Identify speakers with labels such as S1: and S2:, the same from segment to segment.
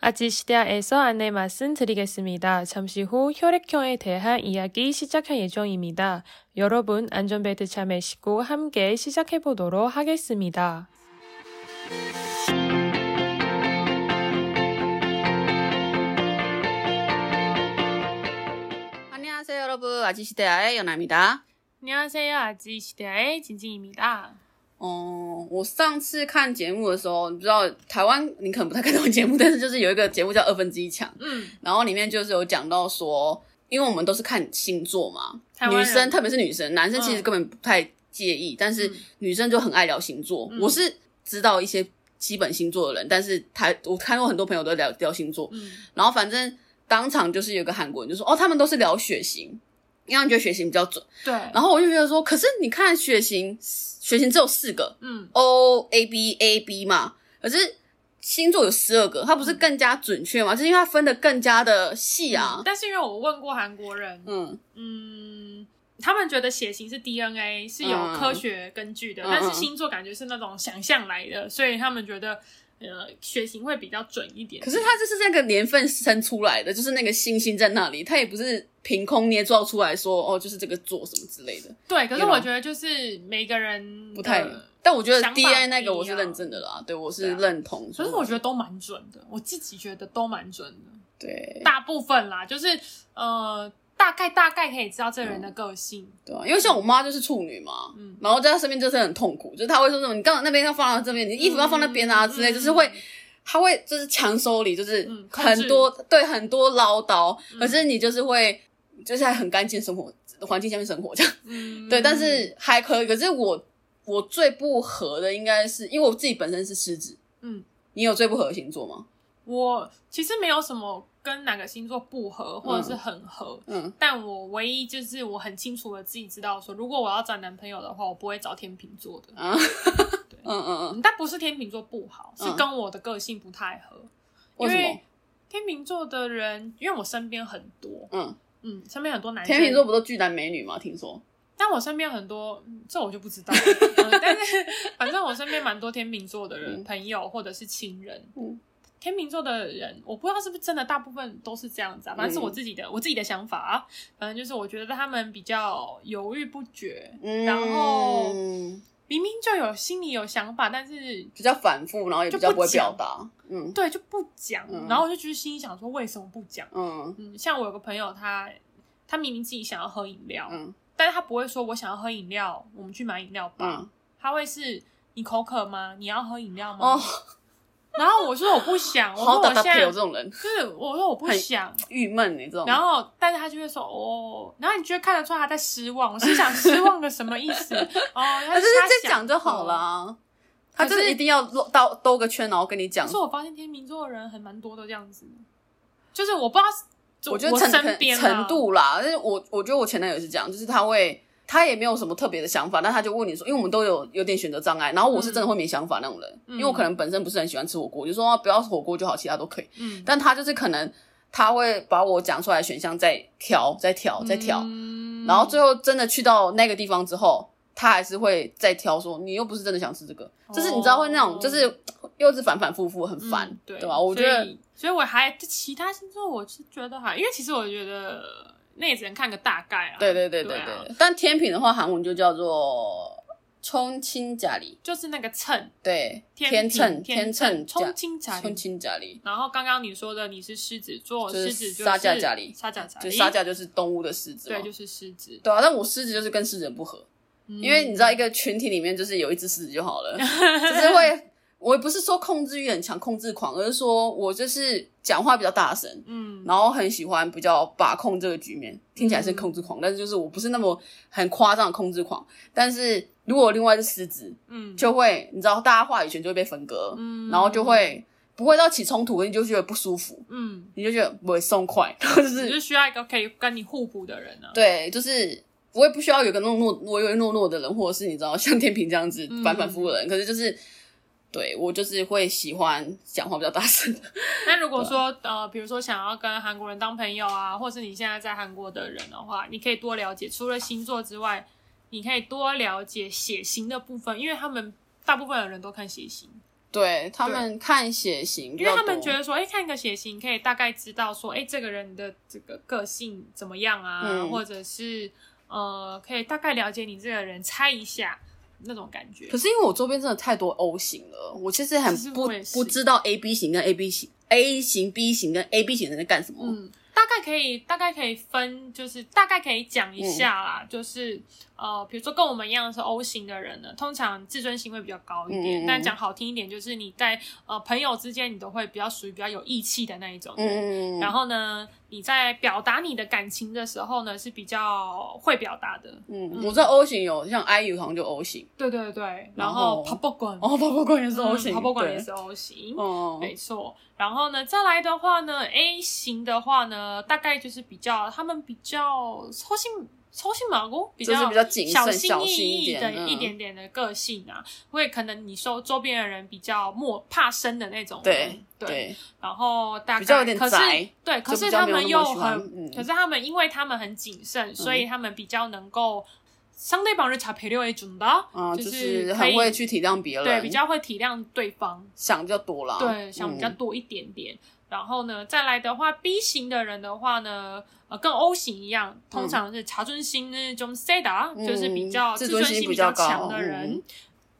S1: 아지시대아에서 안내 말씀드리겠습니다. 잠시 후 혈액형에 대한 이야기 시작할 예정입니다. 여러분 안전벨트 잘 매시고 함께 시작해 보도록 하겠습니다.
S2: 안녕하세요, 여러분. 아지시대아의 연아입니다.
S1: 안녕하세요. 아지시대아의 진진입니다.
S2: 哦，我上次看节目的时候，你知道台湾你可能不太看这种节目，但是就是有一个节目叫《二分之一强》，
S1: 嗯，
S2: 然后里面就是有讲到说，因为我们都是看星座嘛
S1: 台，湾
S2: 女
S1: 人
S2: 生特别是女生，男生其实根本不太介意，但是女生就很爱聊星座。
S1: 嗯
S2: 我是知道一些基本星座的人，但是台我看过很多朋友都聊聊星座，
S1: 嗯
S2: 然后反正当场就是有个韩国人就说，哦，他们都是聊血型，因为他们觉得血型比较准。
S1: 对，
S2: 然后我就觉得说，可是你看血型，血型只有四个
S1: 嗯
S2: O A B A B 嘛，可是星座有十二个，它不是更加准确吗？就是因为它分的更加的细啊。
S1: 但是因为我问过韩国人，
S2: 嗯
S1: 嗯，他们觉得血型是 DNA 是有科学根据的，
S2: 嗯
S1: 但是星座感觉是那种想象来的，所以他们觉得呃血型会比较准一点。
S2: 可是它就是那个年份生出来的，就是那个星星在那里，它也不是凭空捏造出来说哦，就是这个座什么之类的，
S1: 对，可是
S2: 对吧
S1: 我觉得就是每个人
S2: 不太
S1: 的。
S2: 但我觉得
S1: 呃想法不一
S2: D N A 那个我是
S1: 样
S2: 认真的啦，对我
S1: 对
S2: 是
S1: 啊
S2: 认同说。
S1: 可是我觉得都蛮准的，我自己觉得都蛮准的，
S2: 对
S1: 大部分啦，就是呃，大概大概可以知道这个人的个性。
S2: 对啊，因为像我妈就是处女嘛，
S1: 嗯
S2: 然后在她身边就是很痛苦，就是她会说什么你刚好那边要放到这边，你衣服要放那边啊、
S1: 嗯
S2: 之类，
S1: 嗯
S2: 就是会，她会就是强收礼，就是
S1: 嗯控制嗯
S2: 很多、对很多唠叨，可是你就是会就是在很干净生活环境下面生活这样，
S1: 嗯，
S2: 对，但是还可以，可是我我最不合的应该是因为我自己本身是狮子，
S1: 嗯，
S2: 你有最不合的星座吗？
S1: 我其实没有什么跟哪个星座不合或者是很合，
S2: 嗯，
S1: 但我唯一就是我很清楚的自己知道说，如果我要找男朋友的话，我不会找天秤座的。
S2: 啊，
S1: 对
S2: 嗯嗯嗯，
S1: 嗯但不是天秤座不好，是
S2: 嗯
S1: 跟我的个性不太合。
S2: 为什
S1: 因
S2: 么
S1: 为？天秤座的人，因为我身边很多，
S2: 嗯，
S1: 嗯，身边很多男生
S2: 天秤座不都巨男美女吗？听说，
S1: 但我身边很多，嗯这我就不知道了。嗯但是 反正我身边蛮多天秤座的人、
S2: 嗯
S1: 朋友或者是亲人。
S2: 嗯
S1: 天秤座的人，我不知道是不是真的大部分都是这样子啊，反正是
S2: 嗯
S1: 我自己的、我自己的想法啊。反正就是我觉得他们比较犹豫不决，
S2: 嗯，
S1: 然后明明就有心里有想法，但是
S2: 比较反复，然后也比较不会表达。嗯
S1: 对就不讲。
S2: 嗯
S1: 然后我就觉得心里想说，为什么不讲？
S2: 嗯
S1: 嗯，像我有个朋友他，他明明自己想要喝饮料，
S2: 嗯
S1: 但是他不会说我想要喝饮料，我们去买饮料吧。
S2: 嗯，
S1: 他会是你口渴吗？你要喝饮料吗？
S2: 哦，
S1: 然后我说我不想，我说
S2: 好
S1: 我
S2: 打
S1: 现
S2: 打屁
S1: 在
S2: 有这种人，
S1: 就是我说我不想，
S2: 郁闷呢欸这种。
S1: 然后但是他就会说哦，然后你就会看得出来他在失望。我心想失望个什么意思？哦， 他
S2: 他就是
S1: 在
S2: 在讲就好。啊啦。他就
S1: 可
S2: 是
S1: 是
S2: 一定要兜兜兜个圈，然后跟你讲
S1: 可是。我发现天秤座的人还蛮多的这样子，就是我不知道是，就
S2: 我觉得
S1: 我
S2: 程
S1: 身边
S2: 程
S1: 啊
S2: 程，度啦，但是我我觉得我前男友也是这样，就是他会他也没有什么特别的想法，但他就问你说，因为我们都有有点选择障碍，然后我是真的会没想法那种人，
S1: 嗯
S2: 因为我可能本身不是很喜欢吃火锅，我就说、啊不要火锅就好，其他都可以。
S1: 嗯，
S2: 但他就是可能他会把我讲出来的选项再挑、再挑、再挑，
S1: 嗯
S2: 然后最后真的去到那个地方之后，他还是会再挑说你又不是真的想吃这个，就是你知道会那种就是又是反反复复很烦，
S1: 哦嗯对
S2: 对吧？我觉得
S1: 所以，所以我还其他星座我是觉得还，因为其实我觉得那也只能看个大概啊。
S2: 对对对
S1: 对
S2: 对
S1: 啊
S2: 对。但天平的话，韩文就叫做冲清假里，
S1: 就是那个秤，
S2: 对，
S1: 秤
S2: 秤
S1: 天
S2: 天秤
S1: 冲金甲
S2: 假
S1: 里
S2: 冲。清假里，
S1: 然后刚刚你说的你是狮子座，
S2: 就是
S1: 狮子就是
S2: 沙架甲里
S1: 沙甲甲
S2: 就
S1: 里，
S2: 沙架就是动物的狮子嘛，
S1: 对，就是狮子。
S2: 对啊。但我狮子就是跟狮子人不合，
S1: 嗯
S2: 因为你知道一个群体里面就是有一只狮子就 好了，就是会。我也不是说控制欲很强、控制狂，而是说我就是讲话比较大声，
S1: 嗯，
S2: 然后很喜欢比较把控这个局面，听起来是控制狂，但是就是我不是那么很夸张的控制狂。但是如果另外是狮子，
S1: 嗯，
S2: 就会你知道大家话语权就会被分割，
S1: 嗯
S2: 然后就会不会到起冲突，你就觉得不舒服，
S1: 嗯，
S2: 你就觉得不会松快，然后
S1: 你
S2: 就是
S1: 是需要一个可以跟你互补的人啊。
S2: 对，就是我也不需要有个懦懦唯唯诺诺的人，或者是你知道像天平这样子
S1: 嗯
S2: 反反复复的人，可是就是。对我就是会喜欢讲话比较大声的，
S1: 那如果说呃，比如说想要跟韩国人当朋友啊，或是你现在在韩国的人的话，你可以多了解，除了星座之外，你可以多了解血型的部分，因为他们大部分的人都看血型。
S2: 对他们看血型比
S1: 因
S2: 较
S1: 为
S2: 多，
S1: 他们觉得说，哎、看个血型可以大概知道说，哎、这个人的这个个性怎么样啊，
S2: 嗯
S1: 或者是呃，可以大概了解你这个人，猜一下那种感觉
S2: 可。是因为我周边真的太多 O 型了，我其实很
S1: 其实
S2: 不
S1: 我也是
S2: 不知道 A B 型跟 A B 型、A 型、B 型跟 A B 型人在干什么。
S1: 嗯，大概可以，大概可以分，就是大概可以讲一下啦，
S2: 嗯
S1: 就是呃，比如说跟我们一样是 O 型的人呢，通常自尊心会比较高一
S2: 嗯嗯
S1: 点，
S2: 嗯
S1: 但讲好听一点，就是你在呃朋友之间，你都会比较属于比较有义气的那一种人。
S2: 嗯，
S1: 然后呢，你在表达你的感情的时候呢，是比较会表达的。
S2: 嗯，我知道 O 型有像 I U 好像就 O 型，
S1: 对对对，
S2: 然
S1: 然
S2: 后
S1: 后跑步馆，
S2: 哦，跑步馆也是 O 型，
S1: 跑步馆
S2: 对
S1: 嗯也是，O 型。
S2: 哦，
S1: 没错，然后呢，再来的话呢，A 型的话呢，大概就是比较他们比较操心操心毛骨，比
S2: 就是
S1: 较
S2: 比较谨
S1: 小
S2: 慎
S1: 心
S2: 小
S1: 翼
S2: 心一
S1: 翼
S2: 点
S1: 的
S2: 嗯
S1: 一点点的个性啊，会可能你说周边的人比较默怕生的那种
S2: 对
S1: 人，
S2: 对，
S1: 然后大概
S2: 比较有点
S1: 可是
S2: 宅
S1: 对，可
S2: 比
S1: 是
S2: 较
S1: 他
S2: 没有
S1: 们
S2: 那
S1: 又
S2: 么喜欢
S1: 很，
S2: 嗯
S1: 可是他们因为他们很谨慎，所以他们比较能够상대방을잘배려해준다，
S2: 啊，
S1: 就是可
S2: 很
S1: 以
S2: 会去体谅别人，
S1: 对，比较会体谅对方，
S2: 想比较多啦，
S1: 对，想比较
S2: 嗯
S1: 多一点点。然后呢，再来的话，B 型的人的话呢，呃，跟 O 型一样，通常是查尊心呢，种 C 的，
S2: 嗯
S1: 就是比较
S2: 自
S1: 自
S2: 尊
S1: 尊
S2: 心
S1: 心
S2: 比
S1: 比
S2: 较
S1: 较
S2: 高
S1: 强的人。
S2: 嗯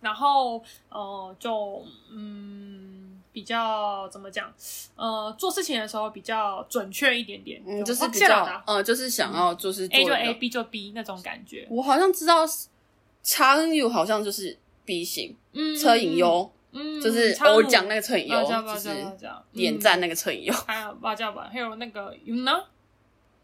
S1: 然后呃，就嗯，比较怎么讲？呃，做事情的时候比较准确一点点，哦
S2: 嗯，就是
S1: 확
S2: 比
S1: 실하
S2: 较
S1: 다，
S2: 呃，就是想要就是做
S1: 啊嗯 A 就
S2: 得比较
S1: A，B 就 B 那种感觉。
S2: 我好像知道查恩 U 好像就是 B 型，
S1: 嗯，
S2: 车影优，
S1: 嗯，嗯，
S2: 就是
S1: 차은우
S2: 我讲那个车影优，
S1: 맞아맞
S2: 就
S1: 아맞
S2: 是
S1: 아
S2: 点赞那个车影优。
S1: 还有맞아봐还有那个 Yuna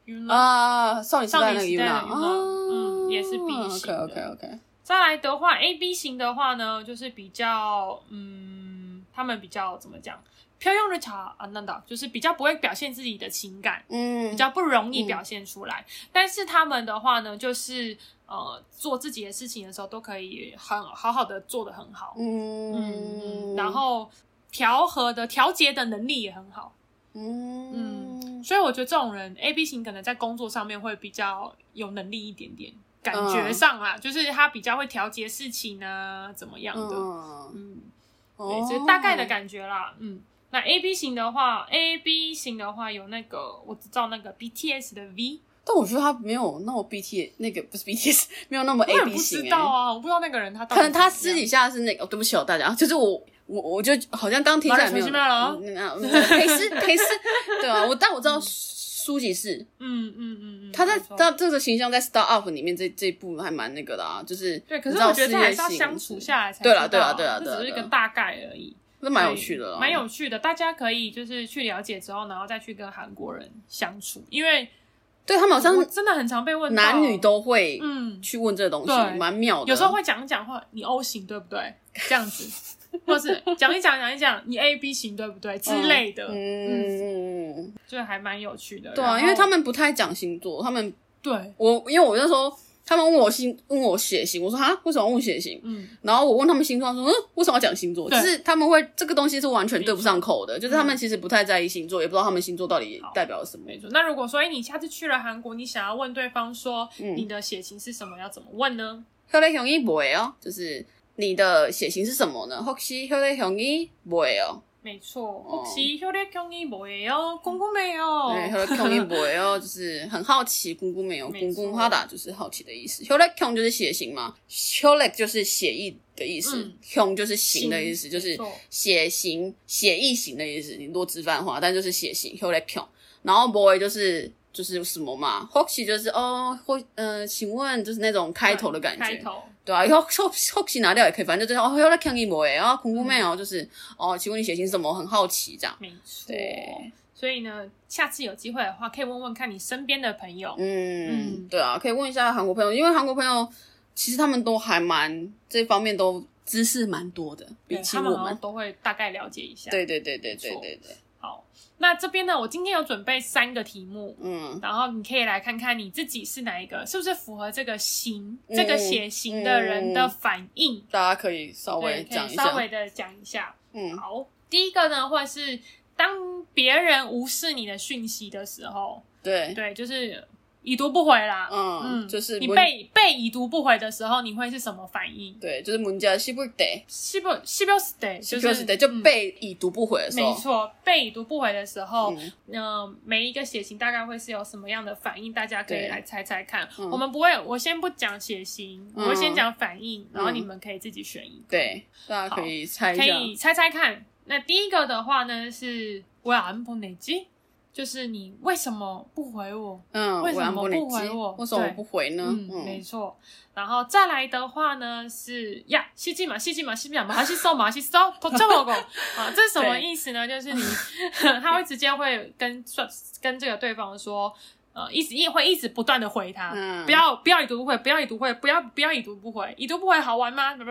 S1: Yuna，
S2: 啊，少女时代那
S1: 少
S2: 个
S1: 女时
S2: Yuna，
S1: 代的
S2: 啊
S1: Yuna，嗯也是 B 型的
S2: OK OK OK，
S1: 再来的话，A B 型的话呢，就是比较嗯，他们比较怎么讲？漂亮的茶啊，那的，就是比较不会表现自己的情感，
S2: 嗯，
S1: 比较不容易表现出来。但是他们的话呢，就是呃，做自己的事情的时候都可以很好好的做得很好，
S2: 嗯，
S1: 然后调和的调节的能力也很好。
S2: 嗯嗯，
S1: 所以我觉得这种人 A B 型可能在工作上面会比较有能力一点点，感觉上啦，
S2: 嗯
S1: 就是他比较会调节事情啊，怎么样的，
S2: 嗯，
S1: 嗯，
S2: 哦
S1: 对，这大概的感觉啦，嗯。那 A B 型的话，A B 型的话有那个我只知道那个 B T S 的 V，
S2: 但我觉得他没有那么 BT 那个不是 BTS，没有那么
S1: 我也
S2: A B
S1: 不
S2: 型
S1: 知
S2: 欸
S1: 道啊，我不知道那个人他到底
S2: 可能他
S1: 怎
S2: 私
S1: 么
S2: 底
S1: 样
S2: 下是那个，哦对不起哦，大家，就是我。我我就好像刚听起来没有，
S1: 马上
S2: 嗯啊嗯裴斯裴斯，对啊，我但我知道苏吉士，
S1: 嗯嗯嗯嗯，
S2: 他在
S1: 没错
S2: 他这个形象在《Star Up》里面这这一部还蛮那个的啊，就是
S1: 对，可是
S2: 你知道
S1: 我觉得这还是要
S2: 事业性
S1: 相处下来才
S2: 对啦
S1: 知
S2: 对啦
S1: 道啊
S2: 对啦对啦
S1: 这只是一
S2: 对
S1: 个
S2: 啦
S1: 大概而已。啊
S2: 那蛮有趣的啦，
S1: 蛮有趣的。大家可以就是去了解之后，然后再去跟韩国人相处，因为
S2: 对他们好
S1: 我
S2: 像
S1: 真的很常被问到
S2: 男女都会
S1: 嗯，
S2: 去问这个东西，
S1: 对
S2: 蛮妙的。啊
S1: 有时候会讲一讲话，你 O 型对不对？这样子，或是讲一讲讲一讲你 A B 型对不对之类的，
S2: 嗯，嗯，
S1: 就还蛮有趣的。
S2: 对
S1: 然
S2: 啊，
S1: 后
S2: 因为他们不太讲星座，他们
S1: 对，
S2: 我因为我那时候他们问我星问我血型，我说哈为什么问血型？
S1: 嗯，
S2: 然后我问他们星座，他说嗯为什么要讲星座？就
S1: 对嗯
S2: 是他们会这个东西是完全对不上口的，就是他们其实不太在意星座，也不知道他们星座到底代表了什么。
S1: 没错。那如果说哎你下次去了韩国，你想要问对方说
S2: 嗯
S1: 你的血型是什么，要怎么问呢？
S2: 혈의 형이 뭐예요? 哦就是你的血型是什么呢？혹시혈의 형이 뭐예요?
S1: 没错，혹시혈액형이뭐예요궁금해요
S2: 哦对，혈액형이뭐예요？就是哦很好奇，궁금해요，
S1: 没
S2: 궁
S1: 错
S2: 궁하다就是好奇的意思。혈액형就是血型嘛，혈액就是血液的意思
S1: 嗯，
S2: 형就是型的意思，
S1: 型
S2: 就是
S1: 没错
S2: 血型、血液型的意思。你多直翻话，但就是血型혈액 형。然后 boy 就是就是什么嘛，혹시就是哦，或嗯，请问就是那种开头的感
S1: 开
S2: 觉，
S1: 头，
S2: 对啊，혹혹혹시拿掉也可以，反正就是哦，혈액형이뭐예요？궁금해요，就是
S1: 嗯
S2: 哦，请问你血型是什么？很好奇这样。
S1: 没错。
S2: 对，
S1: 所以呢，下次有机会的话，可以问问看你身边的朋友。
S2: 嗯，
S1: 嗯
S2: 对啊，可以问一下韩国朋友，因为韩国朋友其实他们都还蛮这方面都知识蛮多的，比
S1: 对
S2: 起
S1: 他们
S2: 我
S1: 好像
S2: 们，
S1: 都会大概了解一下。，
S2: 对对对对对
S1: 没错
S2: 对对，
S1: 好，那这边呢，我今天有准备三个题目，
S2: 嗯
S1: 然后你可以来看看你自己是哪一个，是不是符合这个型、
S2: 嗯
S1: 这个血型的人的反应。
S2: 大家可以嗯稍微
S1: 对，可
S2: 讲
S1: 以
S2: 一
S1: 稍
S2: 下
S1: 微，的讲一下。
S2: 嗯
S1: 好，第一个呢，或者是当别人无视你的讯息的时候，
S2: 对，
S1: 对，就是已读不回啦。
S2: 嗯，就是
S1: 你
S2: 문
S1: 被被已读不回的时候，你会是什么反应？
S2: 对，就是문제씹을때
S1: 西不西不死得
S2: 就
S1: 就是
S2: 对，就
S1: 嗯
S2: 被已读不回的时候，
S1: 没错，被已读不回的时候，
S2: 嗯
S1: 嗯、每一个血型大概会是有什么样的反应，大家可以
S2: 对
S1: 来猜猜看。
S2: 嗯
S1: 我们不会，我先不讲血型，
S2: 嗯
S1: 我会先讲反应，然后
S2: 嗯
S1: 你们可以自己选一个，
S2: 对，大家可以猜一
S1: 可
S2: 下，
S1: 以猜猜看。那第一个的话呢是我安不累积，就是你为什么不回我？
S2: 嗯，
S1: 为什
S2: 我要
S1: 么不
S2: 不理
S1: 回
S2: 机
S1: 我
S2: 为什么
S1: 对
S2: 我不回呢？哦
S1: 嗯，没错。然后再来的话呢是呀，西进嘛，西进嘛，西进嘛，马西收，马西收，头这么狗 啊，这是什么
S2: 对
S1: 意思呢？就是 你他会直接会跟算跟这个对方说。呃，一直一会一直不断的回他，
S2: 嗯
S1: 不要不要已读不回，不要已读不回，不要不要已读不回，已读不回好玩吗？之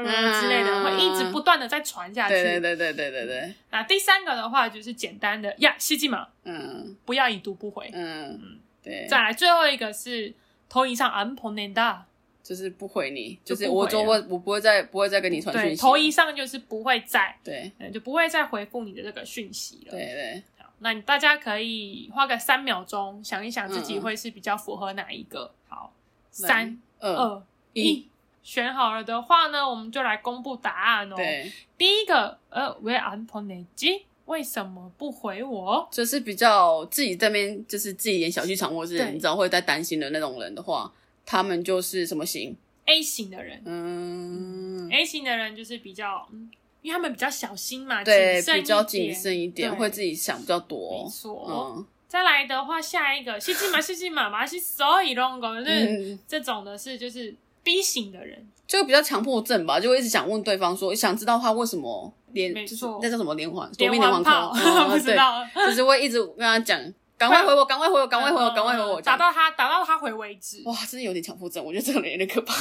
S1: 类的，
S2: 嗯
S1: 会一直不断的再传下去。
S2: 对对对对对对对，
S1: 那第三个的话就是简单的呀，西进嘛，
S2: 嗯
S1: 不要已读不回。
S2: 嗯，对，
S1: 再来最后一个是投影上安婆内大，
S2: 就是不回你，就是
S1: 就不回
S2: 我就
S1: 啊
S2: 我我不会再不会再跟你传
S1: 对，
S2: 讯息，
S1: 头一上就是不会再，
S2: 对
S1: 嗯，就不会再回复你的这个讯息了。
S2: 对，对，
S1: 好，那你大家可以花个三秒钟想一想自己
S2: 嗯嗯
S1: 会是比较符合哪一个。好，三
S2: 二
S1: 二
S2: 一
S1: 一，，选好了的话呢，我们就来公布答案哦。
S2: 对，
S1: 第一个，呃，为安婆内基，为什么不回我？
S2: 就是比较自己这边就是自己演小剧场，或是
S1: 对
S2: 你知道会在担心的那种人的话，他们就是什么型？
S1: A 型的人、
S2: 嗯，
S1: a 型的人就是比较，嗯，因为他们比较小心嘛，
S2: 对，
S1: 哎慎一
S2: 比较
S1: 点
S2: 谨慎一点，
S1: 对
S2: 会自己想比较
S1: 没
S2: 多。
S1: 错。
S2: 嗯
S1: 再来的话，下一个西进嘛西进嘛嘛西所以弄狗，就是、
S2: 嗯，
S1: 这种的是就是 B 型的人，
S2: 就比较强迫症吧，就会一直想问对方说，想知道他为什么连
S1: 没
S2: 就是
S1: 错
S2: 那叫什么连环
S1: 连环炮， 不知，
S2: 躲避
S1: 道，
S2: 扣嗯对就是会一直跟他讲，赶快回我，赶快回我，赶快回我，赶快回我，
S1: 哦嗯打
S2: 这样
S1: 到
S2: 哦
S1: 他打到他回为止。
S2: 哇，真的有点强迫症，我觉得这个人有点可怕。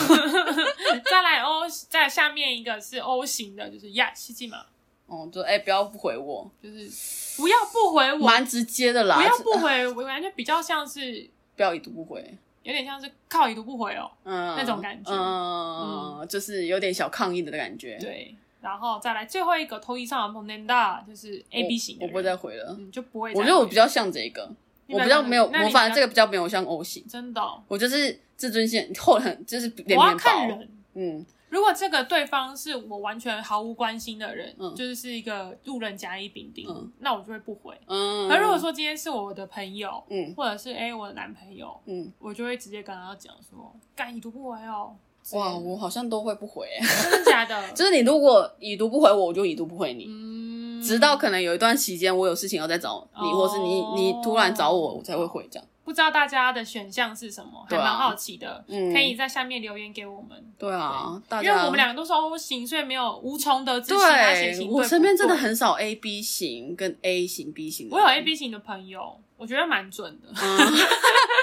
S1: 再来 O，再下面一个是 O 型的，就是呀西进嘛，
S2: 哦，就哎、不要不回我，
S1: 就是不要不回我，
S2: 蛮直接的啦，
S1: 不要
S2: 这
S1: 不回我，感觉比较像是
S2: 不要已读不回，
S1: 有点像是靠已读不回哦，
S2: 嗯，
S1: 那种感觉
S2: 嗯，就是有点小抗议的感觉。
S1: 对。然后再来最后一个头以上的蒙年大，就是 A
S2: 我
S1: B 型的
S2: 我
S1: 人，
S2: 不会再回了。
S1: 嗯就不会再
S2: 我
S1: 回。
S2: 觉得我比较像这个，
S1: 你
S2: 我
S1: 本来
S2: 比
S1: 就
S2: 较没有，
S1: 那你
S2: 我反
S1: 比
S2: 正
S1: 较
S2: 这个比较没有像 O 型，
S1: 真的哦、
S2: 我就是自尊心后很就是脸
S1: 我要
S2: 面
S1: 看
S2: 薄，
S1: 人，
S2: 嗯，
S1: 如果这个对方是我完全毫无关心的人，
S2: 嗯
S1: 就是是一个路人甲乙丙丁，
S2: 嗯
S1: 那我就会不回。
S2: 嗯，
S1: 而如果说今天是我的朋友，
S2: 嗯
S1: 或者是哎、我的男朋友，
S2: 嗯，
S1: 我就会直接跟他讲说，干已读不回哦。
S2: 哇，我好像都会不回、
S1: 真的假 的？
S2: 就是你如果已读不回我，我就已读不回你，
S1: 嗯，
S2: 直到可能有一段期间我有事情要再找你，
S1: 哦
S2: 或是你你突然找我，我才会回这样。
S1: 不知道大家的选项是什么，还
S2: 对啊
S1: 蛮好奇的，
S2: 嗯
S1: 可以在下面留言给我们。
S2: 对啊，大
S1: 因
S2: 家
S1: 为我们两个都是 O 型，所以没有无从得知其他血
S2: 对
S1: 型
S2: 我
S1: 不
S2: 身边真的
S1: 对
S2: 很少 A B 型跟 A 型 B 型的
S1: 我
S2: 人，
S1: 有 A B 型的朋友，我觉得蛮准的。
S2: 嗯，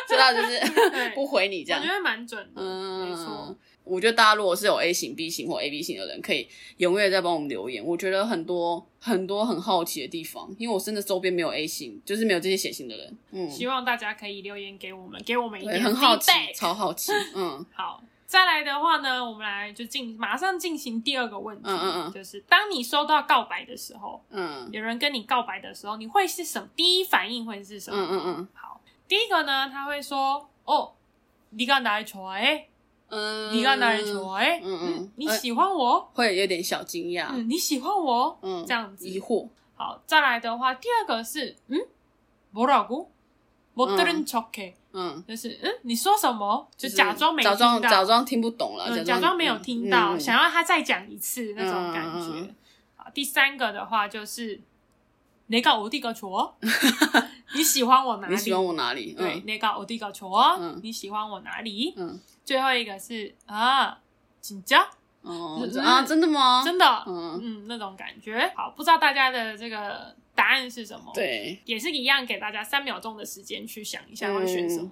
S2: 知道就是
S1: 对
S2: 不回你这样
S1: 我觉。得蛮准的，
S2: 嗯，
S1: 没错。。
S2: 我觉得大家如果是有 A 型、B 型或 AB 型的人，可以踊跃在帮我们留言。我觉得很多很多很好奇的地方，因为我真的周边没有 A 型，就是没有这些血型的人。嗯，
S1: 希望大家可以留言给我们，给我们一
S2: 对，
S1: 点
S2: 很好奇
S1: feedback，
S2: 超好奇。嗯，
S1: 好，再来的话呢，我们来就进马上进行第二个问题，
S2: 嗯嗯嗯
S1: 就是当你收到告白的时候，
S2: 嗯
S1: 有人跟你告白的时候，你会是什么？第一反应会是什么？
S2: 嗯嗯嗯
S1: 好，第一个呢，他会说哦。你干哪里球哎？
S2: 嗯，
S1: 你干哪里球哎？
S2: 嗯嗯
S1: 嗯，你喜欢我？
S2: 会有点小惊讶，
S1: 嗯，你喜欢我？
S2: 嗯，
S1: 这样子
S2: 疑。惑，
S1: 好，再来的话，第二个是嗯，뭐라고못
S2: 嗯
S1: 들은척해。
S2: 嗯，
S1: 就是嗯，你说什么？就
S2: 就是
S1: 假装没听
S2: 假
S1: 到，
S2: 装假装听不懂了，
S1: 嗯，假装没有听到，
S2: 嗯嗯
S1: 想要他再讲一次那种感
S2: 嗯嗯嗯
S1: 觉。好，第三个的话就是내가어디가 좋아？你喜欢我哪里？
S2: 你喜欢我哪里？
S1: 对，
S2: 嗯
S1: 내가어디가
S2: 嗯
S1: 좋아？你喜欢我哪里？
S2: 嗯
S1: 最后一个是啊，紧张，
S2: 哦
S1: 嗯
S2: 啊，真的吗？
S1: 真的，
S2: 嗯
S1: 嗯，那种感觉。好，不知道大家的这个答案是什么？，
S2: 对。
S1: 也是一样，给大家三秒钟的时间去想一下会
S2: 嗯
S1: 选什么。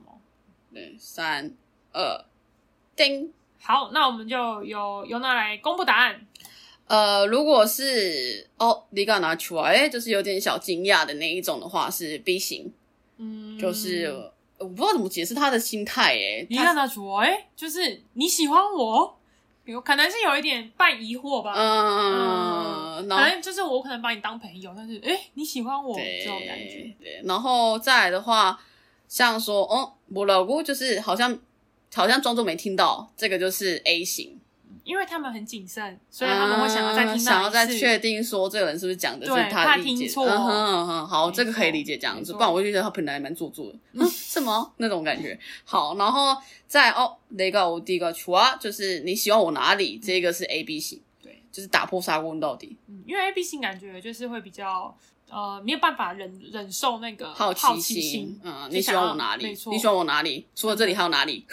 S2: 对，三二，叮。
S1: 好，那我们就由由娜来公布答案。
S2: 呃，如果是哦，你刚拿出来，哎，就是有点小惊讶的那一种的话，是 B 型，
S1: 嗯，
S2: 就是、呃我不知道怎么解释他的心态，哎，
S1: 你
S2: 他
S1: 看他说，哎、就是你喜欢我，有可能是有一点半疑惑吧。
S2: 嗯，然
S1: 可
S2: 后
S1: 能就是我可能把你当朋友，但是哎、诶你喜欢我这种感觉
S2: 对，对，然后再来的话，像说哦，我老姑就是好像好像装作没听到，这个就是 A 型，
S1: 因为他们很谨慎，所以他们会想要再听到一
S2: 嗯
S1: 次。
S2: 想要再确定说这个人是不是讲的是
S1: 对
S2: 他
S1: 怕
S2: 的意
S1: 听
S2: 见。
S1: 错
S2: 嗯哼嗯哼，好，
S1: 没
S2: 这个可以理解这样
S1: 错
S2: 子，
S1: 没错
S2: 不然我就觉得他本来还蛮做作的， 嗯，什么那种感觉。好，然后再哦，那个我第一个除啊，就是你喜欢我哪里？这个是 A B 型，
S1: 嗯对，
S2: 就是打破砂锅问到底。
S1: 嗯，因为 A B 型感觉就是会比较呃没有办法忍忍受那个
S2: 好
S1: 奇
S2: 心，
S1: 心，
S2: 嗯，
S1: 就
S2: 你喜
S1: 想
S2: 欢
S1: 要
S2: 我哪里？
S1: 没错，
S2: 你喜欢我哪里？除了这里还有 哪里？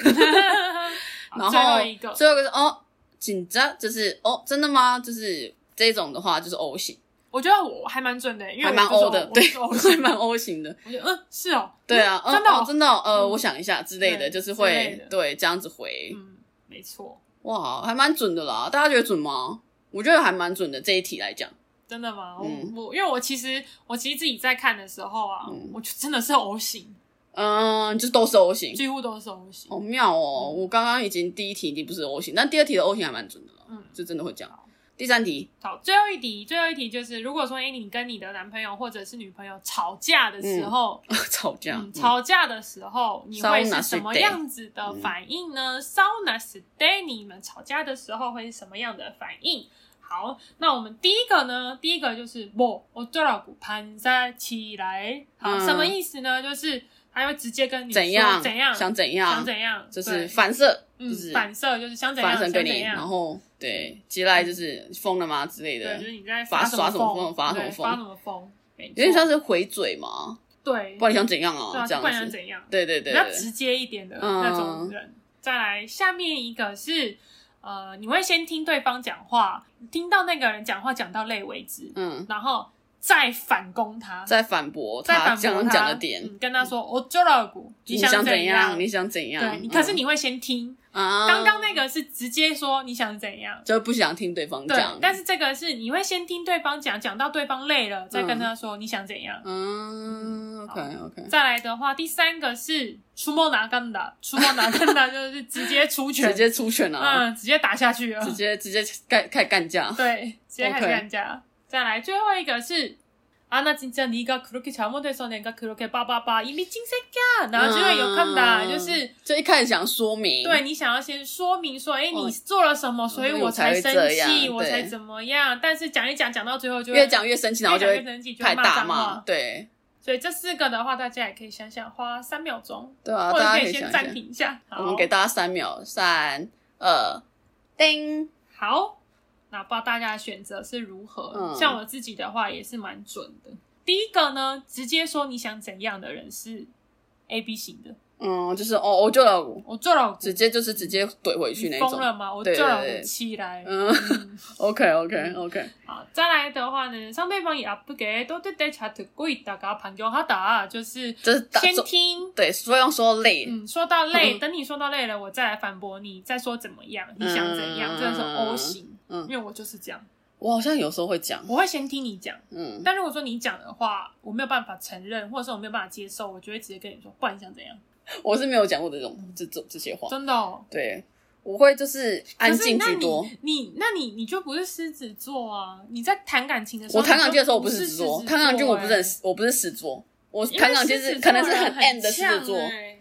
S1: 好
S2: 然后
S1: 最后一个，
S2: 最后一个是哦，紧张，就是哦，真的吗？就是这种的话就是 O 型，
S1: 我觉得我还蛮准的，因为
S2: 还蛮
S1: 我就是
S2: O 的，
S1: 我
S2: 对，
S1: 是 O
S2: 还蛮
S1: 型
S2: O 型的。
S1: 我觉得嗯是哦，
S2: 对啊，
S1: 嗯
S2: 嗯
S1: 真的
S2: 哦
S1: 哦
S2: 真的哦，呃，
S1: 嗯
S2: 我想一下之类的，
S1: 对
S2: 就是
S1: 之类
S2: 会
S1: 的
S2: 对这样子回，
S1: 嗯没错，
S2: 哇，还蛮准的啦。大家觉得准吗？我觉得还蛮准的这一题来讲，
S1: 真的吗？我
S2: 嗯
S1: 我因为我其实我其实自己在看的时候啊
S2: 嗯，
S1: 我就真的是 O 型，
S2: 嗯，就都是 O 型，
S1: 几乎都是 O 型
S2: 好，妙哦。
S1: 嗯
S2: 我刚刚已经第一题已经不是 O 型，但第二题的 O 型还蛮准的了，
S1: 嗯。
S2: 就真的会这样
S1: 好。
S2: 第三题，
S1: 好，最后一题，最后一题就是，如果说哎，你跟你的男朋友或者是女朋友吵架的时
S2: 嗯
S1: 候，
S2: 吵架，
S1: 嗯
S2: 嗯
S1: 吵架的时候，你会是什么
S2: Sauna
S1: 样子的反应呢？Sauna
S2: 嗯
S1: stay，你们吵架的时候会是什么样的反应？好，那我们第一个呢，第一个就是我我对老骨盘在起来，好，
S2: 嗯
S1: 什么意思呢？就是他会直接跟你说
S2: 怎样？
S1: 怎样
S2: 想怎
S1: 想
S2: 样？
S1: 怎样，
S2: 就是
S1: 对
S2: 反射，就
S1: 嗯
S2: 是
S1: 反射，就是想怎样
S2: 反
S1: 想
S2: 身
S1: 怎
S2: 对你，然
S1: 样。嗯
S2: 后对，接下来就是疯了吗之类
S1: 对，
S2: 的
S1: 就是，你在
S2: 发
S1: 发
S2: 耍什么
S1: 疯，
S2: 疯发什么
S1: 对
S2: 疯
S1: 发什么疯，有
S2: 有点像是回嘴嘛，
S1: 对，
S2: 不管你想怎样
S1: 对啊
S2: 啊，这
S1: 就不然
S2: 样
S1: 想
S2: 子，
S1: 怎样，
S2: 对对对
S1: 比较
S2: 对嗯
S1: 直接一点的那种人。再来，下面一个是，呃，你会先听对方讲话，听到那个人讲话讲到累为止，
S2: 嗯，
S1: 然后再反攻他，
S2: 在反驳
S1: 再
S2: 他
S1: 反驳
S2: 讲
S1: 他
S2: 讲的点，
S1: 嗯跟他说：“我就老古，
S2: 你
S1: 想
S2: 想怎
S1: 样？
S2: 你想怎样？
S1: 对，你
S2: 嗯
S1: 可是你会先听。
S2: 啊，
S1: 刚刚那个是直接说你想怎样。”
S2: 就不想听对方
S1: 对
S2: 讲，，
S1: 但是这个是你会先听对方讲，讲到对方累了，再跟他说你想怎样。
S2: 嗯，OK
S1: 好
S2: OK，
S1: 再来的话，第三个是出莫拿干的，出莫拿干的 就是直接出拳，
S2: 直接出拳啊，
S1: 嗯，直接打下去了，
S2: 直接直接干开始干架，
S1: 对，直接开始
S2: OK
S1: 干架。再来最后一个是。啊，那진짜네가그렇게잘못해서내가그렇게빠빠빠이미친새끼야，然后就会有看到，
S2: 嗯
S1: 就是
S2: 就一开始想说明，
S1: 对你想要先说明说，哎，
S2: 哦
S1: 你做了什么，所以
S2: 所以我
S1: 我才
S2: 才
S1: 生
S2: 会这
S1: 气，
S2: 样
S1: 我才
S2: 对
S1: 怎么样。但是讲一讲，讲到最后就会
S2: 越讲越生气，然后就
S1: 越讲
S2: 会
S1: 越生气，就会
S2: 太大
S1: 脏
S2: 骂，
S1: 话。
S2: 对
S1: 所以这四个的话，大家也可以想想，花三秒钟，
S2: 对啊，
S1: 或者
S2: 大家
S1: 以
S2: 以想
S1: 先
S2: 一下
S1: 暂。停一哦下。好
S2: 我们给大家三秒，三二，叮，
S1: 好，那不知道大家的选择是如何？
S2: 嗯
S1: 像我自己的话，也是蛮准的。第一个呢，直接说你想怎样的人是 A B 型的，
S2: 嗯，就是哦，我就老
S1: 我做了，
S2: 直接就是直接怼回去那
S1: 你
S2: 种
S1: 疯。了吗？我
S2: 对
S1: 做了，
S2: 对对
S1: 我起来。
S2: 嗯
S1: 嗯
S2: ，OK OK OK，
S1: 好，再来的话呢，상대방이아프게또뜻대잘듣고있다가반격하다，就是
S2: 这是打
S1: 先
S2: 中
S1: 听，
S2: 对，所以用说累，
S1: 嗯，说到累，
S2: 嗯
S1: 等你说到累了，我再来反驳你，再说怎么样，你想怎样，
S2: 嗯
S1: 真的是 O 型，
S2: 嗯
S1: 因为我就是这样，
S2: 我好像有时候会讲，
S1: 我会先听你讲，
S2: 嗯，
S1: 但如果说你讲的话，我没有办法承认，或者是我没有办法接受，我就会直接跟你说，不然你想怎样？
S2: 我是没有讲过这种这这这些话，
S1: 真的、哦，
S2: 对，我会就是安静
S1: 可是
S2: 居多
S1: 那，你你那你你就不是狮子座啊？你在谈感情的时候，
S2: 我弹钢
S1: 你
S2: 琴
S1: 就
S2: 的时候我不
S1: 是
S2: 是
S1: 狮
S2: 狮
S1: 子
S2: 子
S1: 座
S2: 座，弹钢琴我不是
S1: 欸
S2: 很，我不是狮子座，我
S1: 因为
S2: 弹钢琴
S1: 狮
S2: 是
S1: 子座
S2: 可能是
S1: 人
S2: 很
S1: 很
S2: M 的狮子座
S1: 呛，欸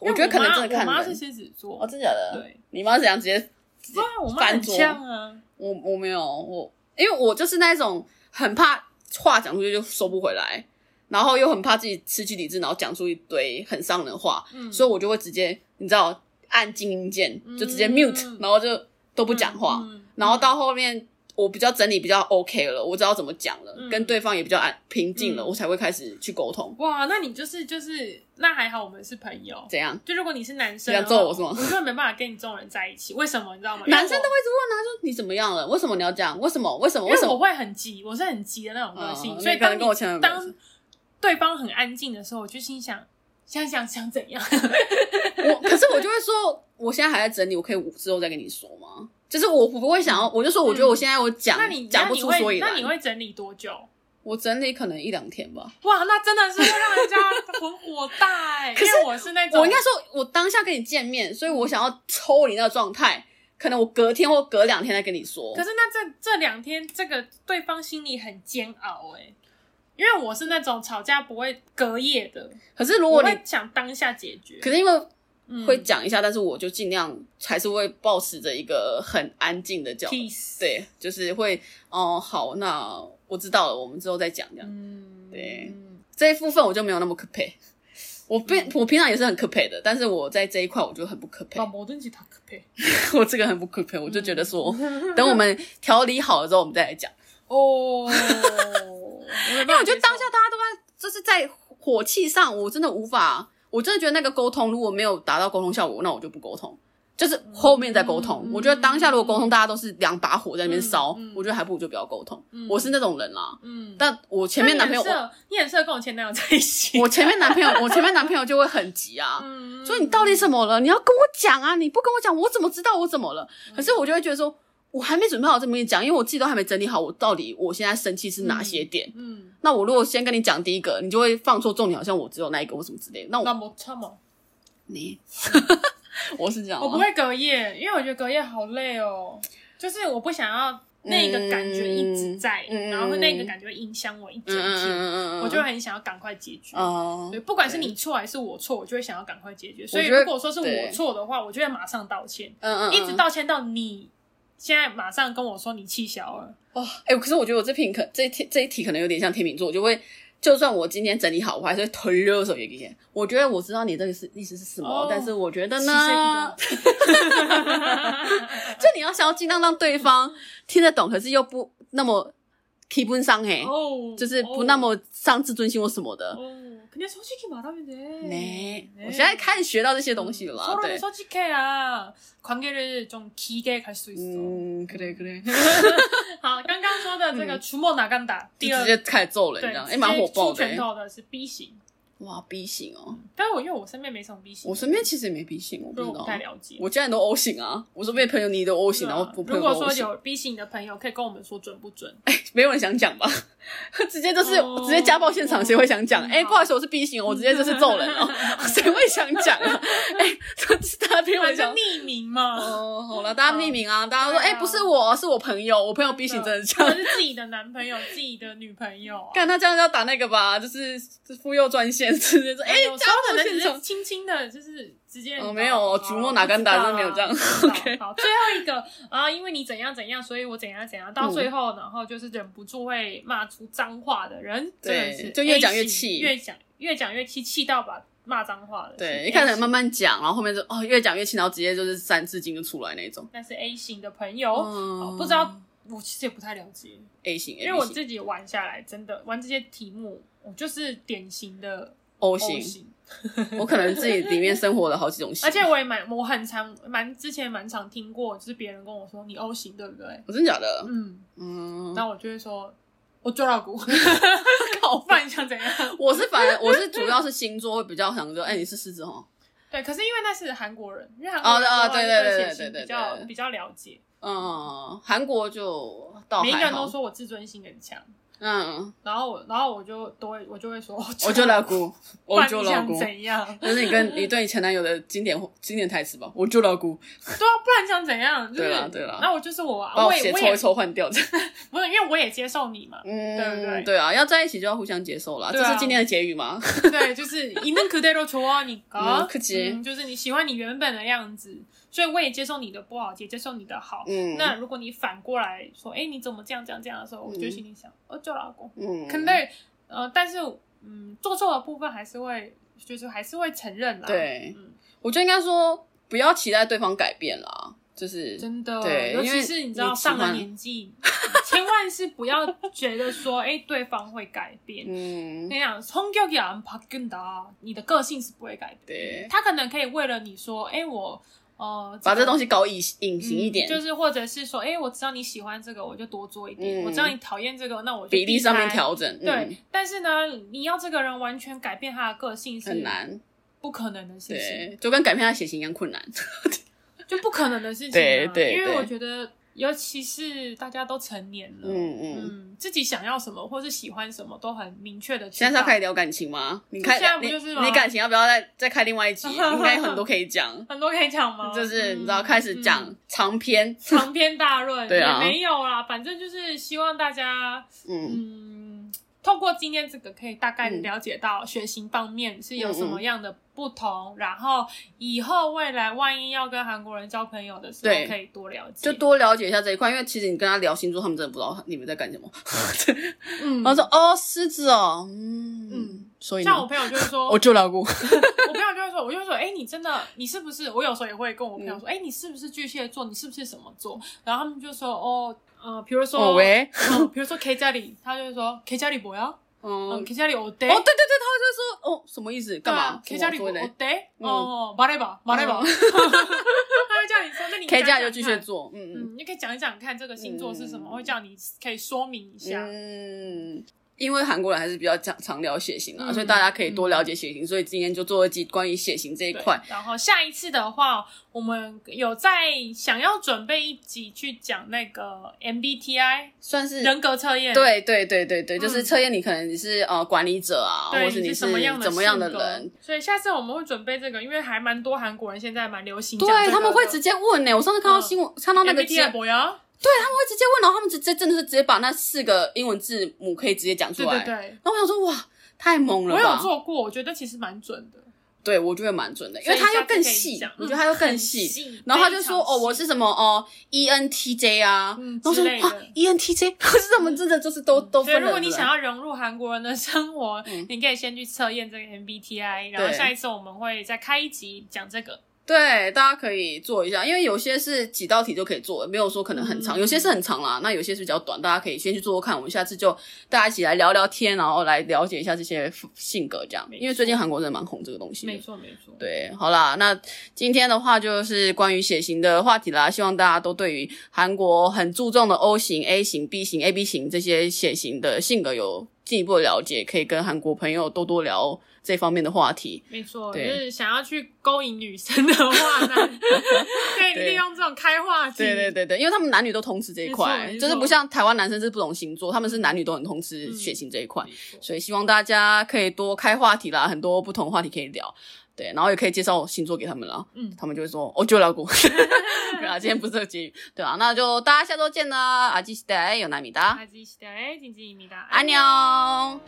S2: 我觉得可能真
S1: 因
S2: 的
S1: 为我
S2: 看
S1: 妈我妈是
S2: 人。
S1: 狮子座，
S2: 哦，真的假的？
S1: 对，
S2: 你妈是怎样直接
S1: 对啊，我妈
S2: 翻
S1: 很
S2: 桌
S1: 像啊，
S2: 我我没有，我因为我就是那种很怕话讲出去就收不回来，然后又很怕自己失去理智，然后讲出一堆很伤人的话，
S1: 嗯，
S2: 所以我就会直接你知道按静音键，就直接
S1: 嗯
S2: mute，、然后就都不讲话，
S1: 嗯嗯
S2: 然后到后面。我比较整理比较 OK 了，我知道怎么讲了，
S1: 嗯
S2: 跟对方也比较安平静了，
S1: 嗯
S2: 我才会开始去沟通。
S1: 哇，那你就是就是那还好，我们是朋友。
S2: 怎样？
S1: 就如果你是男生
S2: 你
S1: 的
S2: 想
S1: 话，
S2: 揍我是吗
S1: 我就没办法跟你这种人在一起，为什么你知道吗？因为
S2: 男生
S1: 我
S2: 都会一直问啊，说你怎么样了？为什么你要这样？为什么？为什么？
S1: 因为
S2: 什
S1: 我
S2: 么？
S1: 会很急，我是很急的那种个性，
S2: 嗯
S1: 所以
S2: 你可
S1: 当
S2: 能
S1: 你
S2: 跟我前男友比较
S1: 当
S2: 像
S1: 对方很安静的时候，我就心想想想想怎样，
S2: 我可是我就会说，我现在还在整理，我可以之后再跟你说吗？就是我不会想要，我就说，我觉得我现在我讲
S1: 嗯那你
S2: 讲
S1: 那
S2: 不
S1: 你
S2: 出
S1: 会
S2: 所以
S1: 那你
S2: 然。
S1: 会整理多久？
S2: 我整理可能一两天吧。
S1: 哇，那真的是会让人家很火大哎、
S2: 可是
S1: 因为我是那种
S2: 我应该说，我当下跟你见面，所以我想要抽离那个状态，可能我隔天或隔两天再跟你说
S1: 可。是那这这两天，这个对方心里很煎熬哎、因为我是那种吵架不会隔夜的，
S2: 可是如
S1: 我
S2: 果你
S1: 会想当下解决。
S2: 可是因为
S1: 嗯
S2: 会讲一下，但是我就尽量还是会保持着一个很安静的角
S1: peace，，
S2: 对，就是会哦好，那我知道了，我们之后再讲这样。
S1: 嗯，
S2: 对这一部分我就没有那么可配，我平我平常也是很可配的，但是我在这一块我就很不可配
S1: 老，矛盾起他可配。
S2: 我这个很不可配，我就觉得说，嗯 等我们调理好了之后，我们再来讲。
S1: 哦，因
S2: 因为我觉得当下大家都在就是在火气上，我真的无法，我真的觉得那个沟通如果没有达到沟通效果，那我就不沟通，就是后面再沟通。
S1: 嗯
S2: 我觉得当下如果沟通，大家都是两把火在那边烧，
S1: 嗯嗯
S2: 我觉得还不如就不要沟通。
S1: 嗯
S2: 我是那种人啦，
S1: 嗯，
S2: 但我前面男朋友
S1: 那，你很适合哦你很适合跟我前男友在一起。
S2: 我我前面男朋友，我前面男朋友就会很急啊。
S1: 嗯，
S2: 所以你到底怎么了？你要跟我讲啊！你不跟我讲，我怎么知道我怎么了？
S1: 嗯
S2: 可是我就会觉得说，我还没准备好这么跟你讲，因为我自己都还没整理好，我到底我现在生气是哪些点。
S1: 嗯，
S2: 那我如果先跟你讲第一个，你就会放错重点，好像我只有那一个或什么之类的。那
S1: 那
S2: 我
S1: 么差吗？
S2: 你， 我是这样 吗，
S1: 我不会隔夜，因为我觉得隔夜好累哦。就是我不想要那个感觉一直在，
S2: 嗯嗯
S1: 然后那个感觉影响我一整
S2: 嗯，嗯
S1: 天，
S2: 嗯嗯嗯，
S1: 我就很想要赶快解决。
S2: 哦
S1: 对，，不管是你错还是我错，我就会想要赶快解决。所以
S2: 我觉得
S1: 如果说是我
S2: 对
S1: 错的话，我就会马上道歉，
S2: 嗯嗯，
S1: 一直到歉到你现在马上跟我说你气消了。
S2: 哇，哎、可是我觉得我这瓶可这一题这一题可能有点像天秤座，我就会。就算我今天整理好，我还是会推热手给你。我觉得我知道你这个是意思是什么
S1: 哦
S2: 但是我觉得
S1: 其
S2: 呢，
S1: 实
S2: 就你要想要尽量让对方听得懂，可是又不那么 keep 不上嘿，
S1: 哦，
S2: 就是不那么伤自尊心或什么的。
S1: 哦。그냥솔직히말하면돼
S2: 네，
S1: 네
S2: 我现在开始学到这些东西了啦。
S1: 서로는
S2: 对，
S1: 솔직해야 관계를 좀 길게 갈 수 있어.
S2: 嗯，可以可以，
S1: 好，刚刚说的这个除魔拿干打，第
S2: 就
S1: 二
S2: 直接开始揍人这
S1: 对，
S2: 样，
S1: 直
S2: 哎，
S1: 接
S2: 蛮火爆
S1: 出
S2: 的
S1: 拳
S2: 欸。
S1: 头的是 B 型，
S2: 哇，B 型哦，
S1: 但是我因为我身边没什么 B 型，
S2: 我身边其实也没 B 型，我不
S1: 所以
S2: 知
S1: 我
S2: 道
S1: 不。太了解。
S2: 我家人都 O 型啊，我身边的朋友你都 O 型，
S1: 对
S2: 然
S1: 啊
S2: 后我朋
S1: 如
S2: 友都
S1: 果
S2: O
S1: 说
S2: 型，
S1: 有 B 型的朋友，可以跟我们说准不准？
S2: 没有人想讲吧？ 直接就是
S1: 哦
S2: 直接家暴现场，谁会想讲？
S1: 嗯
S2: 哎，
S1: 好
S2: 不好意思，我是 B 型，我直接 就是揍人哦， 谁会想讲啊？哎，这是大家朋友
S1: 反
S2: 讲
S1: 正。匿名嘛，
S2: 哦，好了，大家匿名啊，大家说，
S1: 对
S2: 哎、
S1: 啊嗯
S2: 不是我，是我朋友，我朋友 B 型真的这
S1: 或
S2: 样。
S1: 者是自己的男朋友、自己的女朋友啊。
S2: 看他这样要打那个吧，就是妇幼专线， 直接说，哎、
S1: 有时
S2: 家
S1: 候可
S2: 暴
S1: 能
S2: 现
S1: 只是
S2: 场。
S1: 轻轻的，就是直接
S2: 哦没有哦
S1: 好
S2: 竹木哪根打
S1: 好
S2: 真的没有这样
S1: 不知道
S2: OK
S1: 好，最后一个啊，因为你怎样怎样，所以我怎样怎样，到
S2: 嗯
S1: 最后，然后就是忍不住会骂出脏话的人，真的
S2: 对
S1: 是
S2: 就越
S1: A
S2: 讲越
S1: 型
S2: 气
S1: 越讲越讲越气，气到把骂脏话的是 A 型。
S2: 对，一开始慢慢讲，然后后面就哦越讲越轻，然后直接就是三字经就出来那种。
S1: 那是 A 型的朋友，
S2: 嗯
S1: 哦好不知道我其实也不太了解，
S2: A 型，
S1: 因为我
S2: A 型
S1: 自己玩下来，真的玩这些题目，我就是典型的
S2: O
S1: O
S2: 型，。我可能自己里面生活了好几种
S1: 哦
S2: 型。
S1: 而且我也蛮，我很常蛮之前蛮常听过，就是别人跟我说你 O 型对不对？
S2: 哦我真的假的？
S1: 嗯，
S2: 嗯，
S1: 那我就会说我抓到 骨，
S2: 靠
S1: 不然你想怎样？
S2: 我是反而我是主要是星座会比较想说，哎、你是狮子哦，
S1: 对，可是因为那是韩国人，因为韩国人
S2: 哦哦对对对
S1: 对
S2: 对对对
S1: 比较
S2: 对
S1: 比较了解，
S2: 嗯，韩国就倒
S1: 每一个
S2: 哦还
S1: 人都
S2: 好，
S1: 说我自尊心很强，
S2: 嗯，
S1: 然后我然后我就都会我就会 说
S2: 我就老姑，
S1: 不
S2: 我
S1: 然
S2: 就
S1: 你
S2: 老
S1: 想
S2: 姑。
S1: 怎样？
S2: 就是你跟你对你前男友的经典经典台词吧，我就老姑
S1: 对啊，不然你想怎样？就是
S2: 对啦对啦
S1: 然后我就是我啊，
S2: 把我
S1: 我也
S2: 鞋
S1: 我
S2: 抽
S1: 也
S2: 一抽换掉这样。，
S1: 不是因为我也接受你嘛
S2: 嗯，
S1: 对不对
S2: 对啊，要在一起就要互相接受啦，
S1: 对啊
S2: 这是今天的结语吗？
S1: 对，就是있는그대로좋아하니까，
S2: 嗯그치
S1: 嗯就是你喜欢你原本的样子，所以我也接受你的不好，也接受你的好。
S2: 嗯
S1: 那如果你反过来说，哎、你怎么这样这样这样的时候，我就心里想，哦，就老公，
S2: 嗯，
S1: 肯定、呃，但是嗯，做错的部分还是会，就是还是会承认啦。
S2: 对
S1: 嗯，
S2: 我觉得应该说不要期待对方改变啦，就是
S1: 真的，
S2: 对
S1: 尤
S2: 因
S1: 其
S2: 为
S1: 是你知
S2: 你
S1: 道
S2: 喜
S1: 上了
S2: 欢
S1: 年纪，千万是不要觉得说，哎、对方会改变。
S2: 嗯
S1: 跟你讲，성격이안바뀐다，你的个性是不会改变的。
S2: 对，
S1: 他可能可以为了你说，哎、我呃，
S2: 把这东
S1: 西
S2: 西搞隐隐形一
S1: 嗯
S2: 点，
S1: 就是或者是说，哎、我知道你喜欢这个，我就多做一点；
S2: 嗯
S1: 我知道你讨厌这个，那我就
S2: 比例上面
S1: 避开。
S2: 调整，
S1: 对，
S2: 嗯，
S1: 但是呢，你要这个人完全改变他的个性是
S2: 很，难，
S1: 不可能的事情，
S2: 对，就跟改变他血型一样困难。
S1: 就不可能的事情、啊。
S2: 对对
S1: 因为
S2: 对
S1: 我觉得，尤其是大家都成年了，
S2: 嗯嗯，
S1: 嗯，自己想要什么或是喜欢什么都很明确的。
S2: 现在是要开始聊感情吗？你看
S1: 现在，不
S2: 你
S1: 就是吗
S2: 你感情要不要再再开另外 一集？应该有很多可以讲。
S1: 很多可以讲吗？
S2: 就是
S1: 嗯
S2: 你知道开始讲
S1: 嗯
S2: 长篇，
S1: 长篇大论，
S2: 对啊
S1: 也没有啦，反正就是希望大家
S2: 嗯，
S1: 嗯，透透过今天这个，可以大概
S2: 嗯
S1: 了解到学习方面是有什么样的不同，然后以后未来万一要跟韩国人交朋友的时
S2: 对
S1: 候，可以多了解。
S2: 就多了解一下这一块，因为其实你跟他聊星座，他们真的不知道你们在干什么。
S1: 嗯，
S2: 然后说哦，狮子哦，嗯嗯
S1: 嗯，
S2: 所以呢
S1: 像我朋友就会说，
S2: 我就聊过，
S1: 我朋友就会说，我就会说，哎、你真的，你是不是？我有时候也会跟我朋
S2: 嗯
S1: 友说，哎、你是不是巨蟹座？你是不是什么座？然后他们就说，哦，呃，比如说，
S2: 哦喂，
S1: 嗯比如说 K 家里，他就会说 K 家里不要，
S2: 嗯
S1: 嗯，K 家里我得
S2: 哦，对对对，他会就说哦，什么意思？干嘛？
S1: ？K 啊家里我
S2: 我
S1: 得
S2: 嘞嗯
S1: 哦，马来吧，马来吧，
S2: 嗯
S1: 他会叫你说，那你
S2: ，K
S1: 讲
S2: 家
S1: 讲看
S2: 就巨蟹。座，嗯
S1: 嗯，你可以讲一讲看这个星座是什么，
S2: 嗯
S1: 会叫你可以说明一下。
S2: 嗯嗯。因为韩国人还是比较常常聊血型啊，
S1: 嗯
S2: 所以大家可以多了解血型。所以今天就做一集关于血型这一
S1: 对
S2: 块。
S1: 然后下一次的话，我们有在想要准备一集去讲那个 MBTI
S2: 算是
S1: 人格测验，，
S2: 对对对对对，就是
S1: 嗯
S2: 测验你可能你是呃管理者啊，或
S1: 对，
S2: 者是
S1: 你
S2: 你
S1: 什么样的
S2: 怎么样的
S1: 性格
S2: 人。。
S1: 所以下次我们会准备这个，因为还蛮多韩国人现在蛮流行讲这个的，
S2: 对，他们会直接问呢、我上次看到
S1: 嗯
S2: 新闻，看到那个节
S1: MBTI 博呀，
S2: 对他们会直接问，然后他们直接真的是直接把那四个英文字母可以直接讲出
S1: 对
S2: 来。
S1: 对对。
S2: 然后我想说，哇，太猛了
S1: 我有
S2: 吧！
S1: 做过，我觉得其实蛮准的，
S2: 对，我觉得蛮准的，因
S1: 所
S2: 为
S1: 以
S2: 它
S1: 下
S2: 又
S1: 次
S2: 更
S1: 可以
S2: 细，
S1: 讲
S2: 我
S1: 嗯
S2: 觉得它又更
S1: 很
S2: 细。
S1: 细
S2: 然后他就说
S1: 非：“常
S2: 哦，我
S1: 细
S2: 是什么哦，ENTJ 啊。
S1: 嗯
S2: 然后我说：“
S1: 之类的嗯
S2: 哇，ENTJ，可，E 是他们真的就是都都
S1: 所以
S2: 分
S1: 如果你
S2: 得出
S1: 想
S2: 来
S1: 要融入韩国人的生活，
S2: 嗯
S1: 你可以先去测验这个 MBTI，然后
S2: 对
S1: 下一次我们会再开一集讲这个。
S2: 对，大家可以做一下，因为有些是几道题就可以做，没有说可能很
S1: 嗯
S2: 长，有些是很长啦，那有些是比较短，大家可以先去做做看。我们下次就大家一起来聊聊天，然后来了解一下这些性格，这样。
S1: 没
S2: 因为最近
S1: 错
S2: 韩国真的蛮红这个东西的，
S1: 没错，没错。
S2: 对，好啦，那今天的话就是关于血型的话题啦，希望大家都对于韩国很注重的 O 型、A 型、B 型、AB 型这些血型的性格有进一步的了解，可以跟韩国朋友多多聊这方面的话题。
S1: 没错，就
S2: 对
S1: 是想要去勾引女生的话呢， 可以
S2: 对
S1: 利用这种开话题。
S2: 对对对对，因为他们男女都通吃这一块
S1: 没错，没
S2: 就是不
S1: 错嗯
S2: 像台湾男生是不懂星座，他们是男女都很通吃血型这一块，
S1: 没错
S2: 所以希望大家可以多开话题啦，很多不同话题可以聊。对，然后也可以介绍星座给他们啦，
S1: 嗯
S2: 他们就会说哦，就聊过， 对啊，今天不是这个结语，对啊，那就大家下周见啦，阿基西代有纳米达，
S1: 哎 아지시대의 진진입니다.
S2: 安妞。